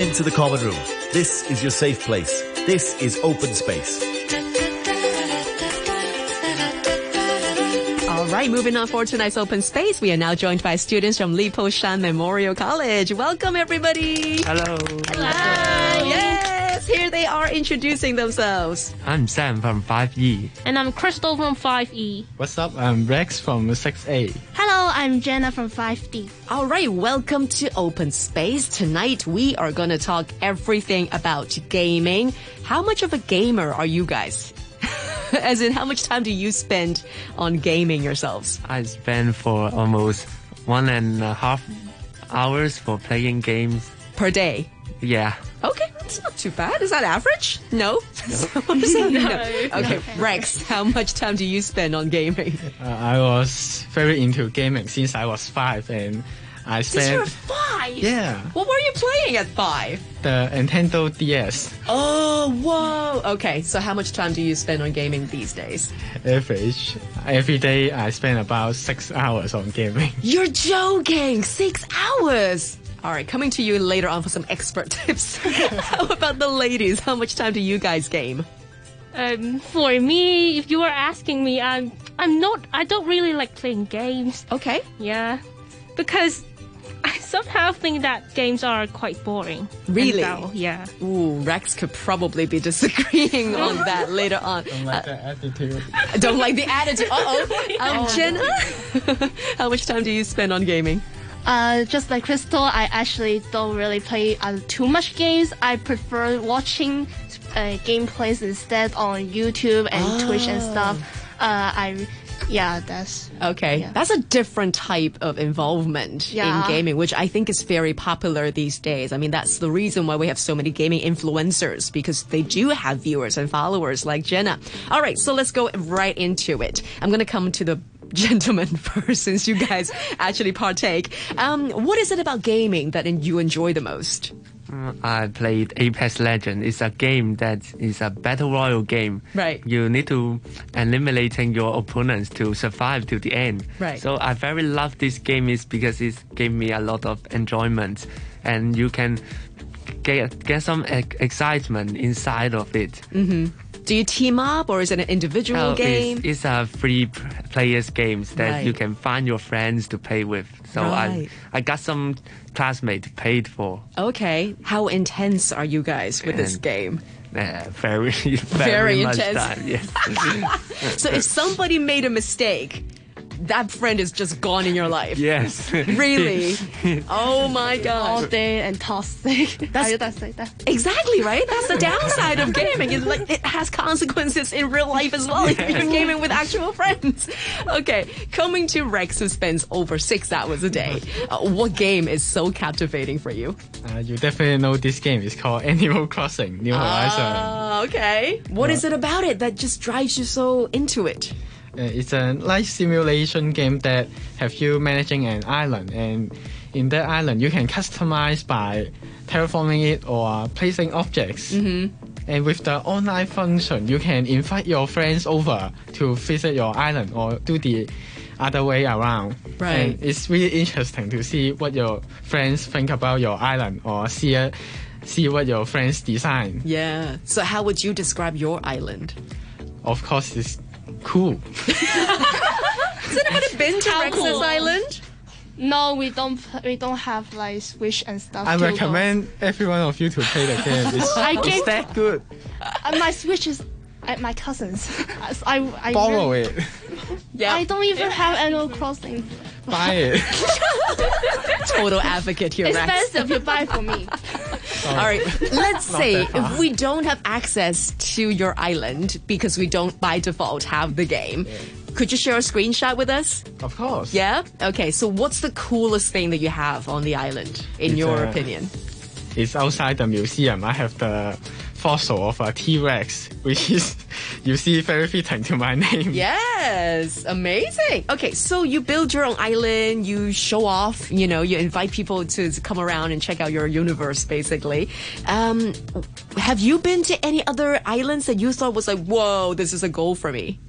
Into the common room. This is your safe place. This is open space. All right, moving on for tonight's open space, we are now joined by students from Lipo Shan Memorial College. Welcome, everybody. Hello, Hi. Yes, here they are introducing themselves. I'm Sam from E. 5E. And I'm Crystal from E. 5E. What's up? I'm Rex from 6A. Hello, I'm Jenna from 5D. All right, welcome to Open Space. Tonight, we are going to talk everything about gaming. How much of a gamer are you guys? As in, how much time do you spend on gaming yourselves? I spend for almost one and a half hours for playing games. Per day? Yeah. Okay, that's not too bad. Is that average? No. I'm saying no. Okay, Rex, how much time do you spend on gaming? Uh, I was very into gaming since I was five, and I Since you were spent five. yeah What were you playing at five? the Nintendo DS Oh, whoa. Okay, so how much time do you spend on gaming these days? average. Every day I spent about six hours on gaming. You're joking. Six hours. All right, coming to you later on for some expert tips. how about the ladies? How much time do you guys game? Um, for me, if you are asking me, I'm I'm not I don't really like playing games. Okay. Yeah. Because I somehow think that games are quite boring. and Really? dull, Yeah. Ooh, Rex could probably be disagreeing on that later on. Like the attitude. I don't like the attitude. Uh oh. Um, Jenna, how much time do you spend on gaming? Uh, just like Crystal, I actually don't really play uh, too much games. I prefer watching uh, gameplays instead on YouTube and Twitch and Ah. stuff. Uh, I, yeah, that's Okay, Yeah. that's a different type of involvement Yeah. in gaming, which I think is very popular these days. I mean, that's the reason why we have so many gaming influencers because they do have viewers and followers like Jenna. All right, so let's go right into it. I'm going to come to the gentleman first since you guys actually partake. Um, what is it about gaming that you enjoy the most? Mm, I played Apex Legend. It's a game that is a battle royal game. Right. You need to eliminating your opponents to survive to the end. Right. So I very love this game is because it gave me a lot of enjoyment, and you can get get some ex- excitement inside of it. Do you team up or is it an individual Oh, game? It's, it's a free p- players games that Right. you can find your friends to play with. So Right. I I got some classmates paid for. okay, how intense are you guys with this And- game? Uh, very, very, Very much intense. Time. Yes. So if somebody made a mistake, that friend is just gone in your life. yes. Really? oh my all god. day and tossing. That's- I just like that. Exactly, right? That's the downside of gaming. It's like it has consequences in real life as well if you're gaming with actual friends. Okay, coming to Rex who spends over six hours a day. Uh, what game is so captivating for you? Uh, you definitely know this game is called Animal Crossing New Horizon. Ah, okay. What is it about it that just drives you so into it? Uh, it's a life simulation game that have you managing an island and in that island you can customize by terraforming it or placing objects and with the online function you can invite your friends over to visit your island or do the other way around Right. and it's really interesting to see what your friends think about your island or see uh, see what your friends design Yeah. So how would you describe your island? of course it's cool Been to How Rex's cool. island? No, we don't. pl- We don't have like Switch and stuff. i to go. recommend every one of you to play the game It's- I It's gave that good. uh, my Switch is at my cousin's. I I, Borrow really- it. Yeah. I don't even have Animal Crossing. Buy it. total advocate here, Rex. Expensive, you buy for me. All right. Let's say if we don't have access to your island because we don't by default have the game, could you share a screenshot with us? Of course. Yeah? Okay. So what's the coolest thing that you have on the island in It's, your uh, opinion? It's outside the museum. I have the fossil of a T Rex, which is, you see, very fitting to my name. Yes, amazing. Okay, so you build your own island, you show off, you know, you invite people to, to come around and check out your universe, basically. Um, have you been to any other islands that you thought was like, whoa, this is a goal for me?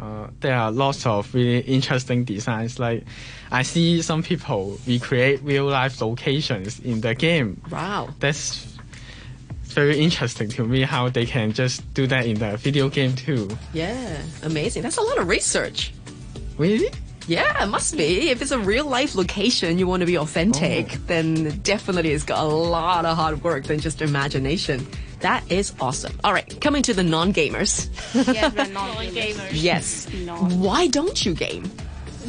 Uh, there are lots of really interesting designs. Like, I see some people recreate real life locations in the game. Wow. That's very interesting to me how they can just do that in the video game too. Yeah. Amazing. That's a lot of research. Really? Yeah, it must be. If it's a real life location, you want to be authentic, then definitely it's got a lot of hard work than just imagination. That is awesome. All right, coming to the non gamers. Yeah, we're not gamers. Yes. Why don't you game?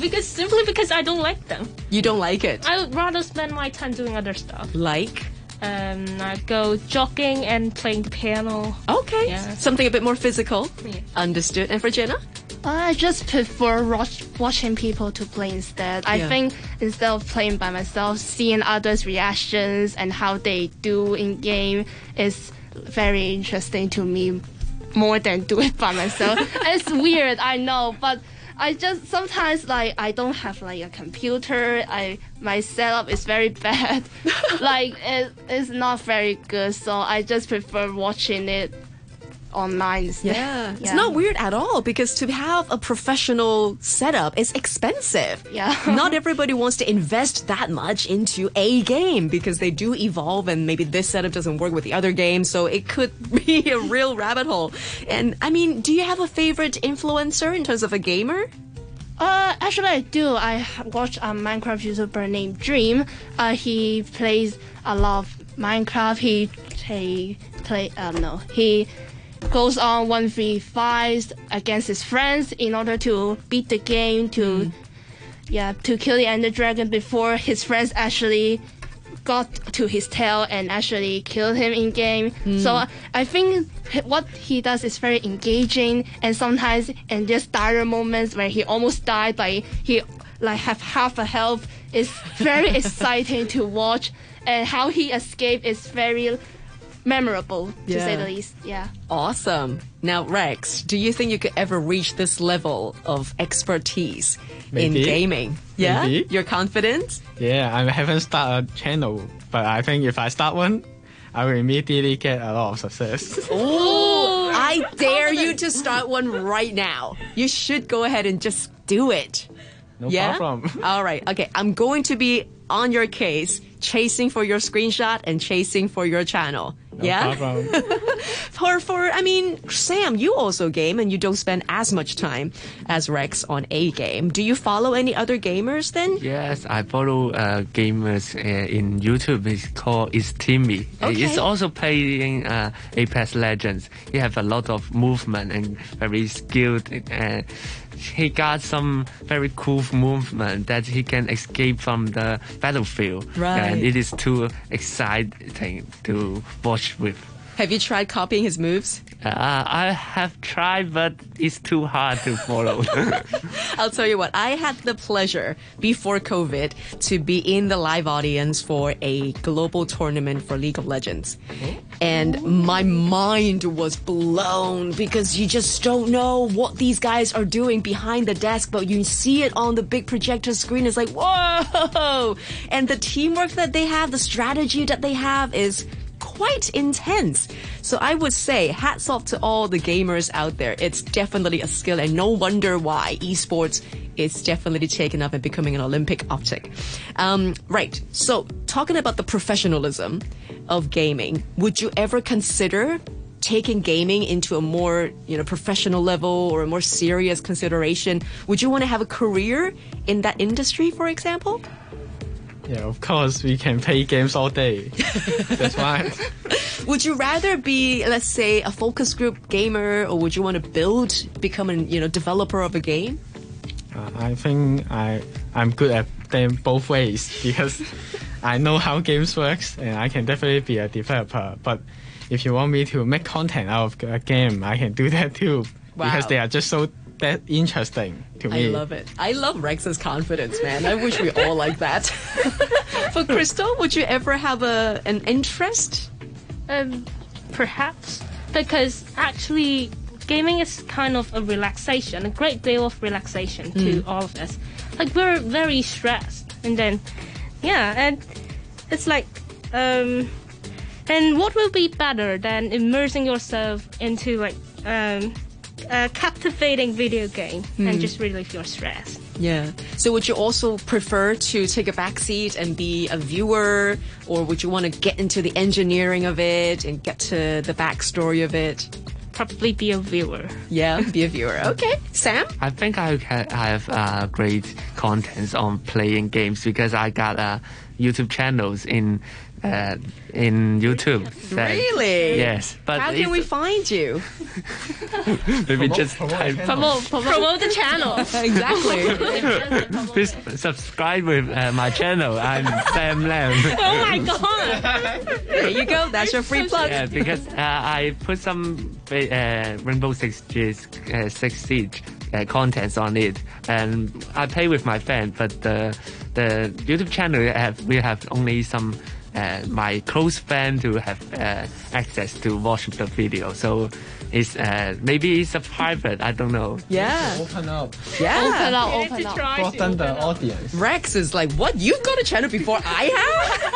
Because simply because I don't like them. You don't like it. I would rather spend my time doing other stuff. like? Um, I go jogging and playing the piano. Okay. Yeah. Something a bit more physical. Yeah. Understood. And for Jenna? I just prefer watch, watching people to play instead. I Yeah. think instead of playing by myself, seeing others' reactions and how they do in game is very interesting to me more than do it by myself. it's weird, I know, but I just sometimes like I don't have like a computer. I my setup is very bad. like it, it's not very good, so I just prefer watching it online instead. It's not weird at all because to have a professional setup is expensive. Yeah. not everybody wants to invest that much into a game because they do evolve and maybe this setup doesn't work with the other game, so it could be a real rabbit hole. And I mean, do you have a favorite influencer in terms of a gamer? Uh, actually, I do. I h- watch a Minecraft YouTuber named Dream. Uh, he plays a lot of Minecraft. He he play. Uh, no, he goes on one v fives against his friends in order to beat the game to yeah to kill the Ender Dragon before his friends actually got to his tail and actually killed him in game. So I think what he does is very engaging and sometimes in just dire moments where he almost died, like he like have half a health, it's very exciting to watch and how he escaped is very memorable to say Yeah. the least. Yeah. Awesome. Now, Rex, do you think you could ever reach this level of expertise Maybe. in gaming? Yeah? Maybe. You're confident? Yeah, I haven't started a channel, but I think if I start one, I will immediately get a lot of success. Oh, I dare you to start one right now. You should go ahead and just do it. No yeah? problem. All right. Okay. I'm going to be on your case, chasing for your screenshot and chasing for your channel. yeah? No problem. For, for, I mean, Sam, you also game and you don't spend as much time as Rex on a game. Do you follow any other gamers then? Yes, I follow uh, gamers uh, in YouTube. It's called It's Timmy. Uh, Okay. It's also playing uh, Apex Legends. He have a lot of movement and very skilled. Uh, he got some very cool movement that he can escape from the battlefield. Right. And it is too exciting to watch with. Have you tried copying his moves? Uh, I have tried, but it's too hard to follow. I'll tell you what, I had the pleasure before COVID to be in the live audience for a global tournament for League of Legends. And my mind was blown because you just don't know what these guys are doing behind the desk, but you see it on the big projector screen. It's like, whoa! And the teamwork that they have, the strategy that they have is quite intense. So I would say hats off to all the gamers out there. It's definitely a skill and no wonder why esports is definitely taken up and becoming an Olympic optic. Um, right. So talking about the professionalism of gaming, would you ever consider taking gaming into a more, you know, professional level or a more serious consideration? Would you want to have a career in that industry, for example? yeah, of course, we can play games all day. That's why. Would you rather be, let's say, a focus group gamer, or would you want to build, become a you know developer of a game? Uh, I think I I'm good at them both ways because I know how games works and I can definitely be a developer. But if you want me to make content out of a game, I can do that too because Wow. they are just so that interesting to I me. love it. I love Rex's confidence, man. I wish we all like that. For Crystal, would you ever have a an interest? Um, perhaps because actually, gaming is kind of a relaxation, a great deal of relaxation to Mm. all of us. Like we're very stressed, and then yeah, and it's like um, and what will be better than immersing yourself into like um, a captivating video game Mm. and just relieve your stress. Yeah. So would you also prefer to take a back seat and be a viewer, or would you want to get into the engineering of it and get to the backstory of it? Probably be a viewer. Yeah, be a viewer. Okay, Sam. I think I ha- have uh, great contents on playing games because I got uh, YouTube channels in uh, in YouTube. that- Really? Yes, but How it's- can we find you? maybe just type Promote, promote. Promote the channel. Exactly. please subscribe with uh, my channel. I'm Sam Lam. oh my god! there you go. That's your free plug. Yeah, because uh, I put some uh, Rainbow Six Siege, uh, Six Siege uh, contents on it, and I play with my friend. But the the YouTube channel we have we have only some. Uh, my close friend who have uh, access to watch the video, so it's uh, maybe it's a private. I don't know. Yeah. Open up. Yeah. Open up, You need open to up. try to Broaden open the up. audience. Rex is like, what? You've got a channel before I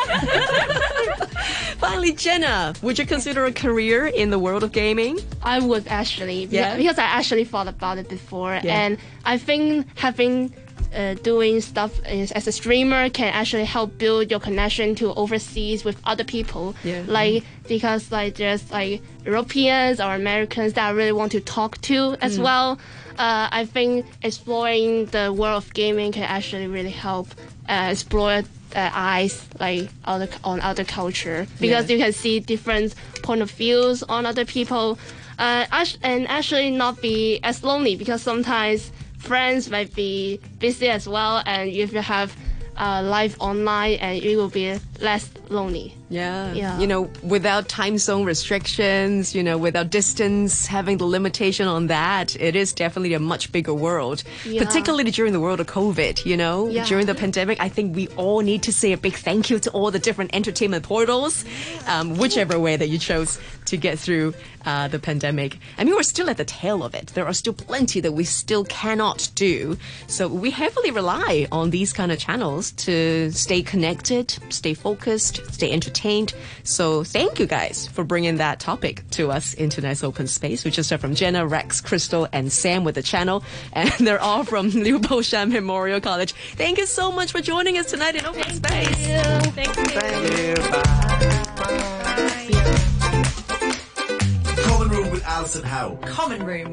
have? Finally, Jenna, would you consider a career in the world of gaming? I would actually, Yeah. yeah. because I actually thought about it before, Yeah. and I think having uh, doing stuff is, as a streamer can actually help build your connection to overseas with other people. Yeah. Like because like there's like Europeans or Americans that I really want to talk to as Mm. well. Uh, I think exploring the world of gaming can actually really help uh, explore. Uh, eyes like other on other culture because Yeah. you can see different point of views on other people uh, act- and actually not be as lonely because sometimes friends might be busy as well and if you have uh, life online and you will be less lonely Yeah. Yeah. You know, without time zone restrictions, you know, without distance, having the limitation on that, it is definitely a much bigger world. Yeah. Particularly during the world of COVID, you know, Yeah. during the pandemic, I think we all need to say a big thank you to all the different entertainment portals, um, whichever way that you chose to get through uh, the pandemic. I mean, we're still at the tail of it. There are still plenty that we still cannot do. So we heavily rely on these kind of channels to stay connected, stay focused, stay entertained. So thank you guys for bringing that topic to us into Nice Open Space. We just heard from Jenna, Rex, Crystal, and Sam with the channel, and they're all from Liu Bo Shan Memorial College. Thank you so much for joining us tonight in Open Space. Thank you. Common Room with Alison Howe. Common Room.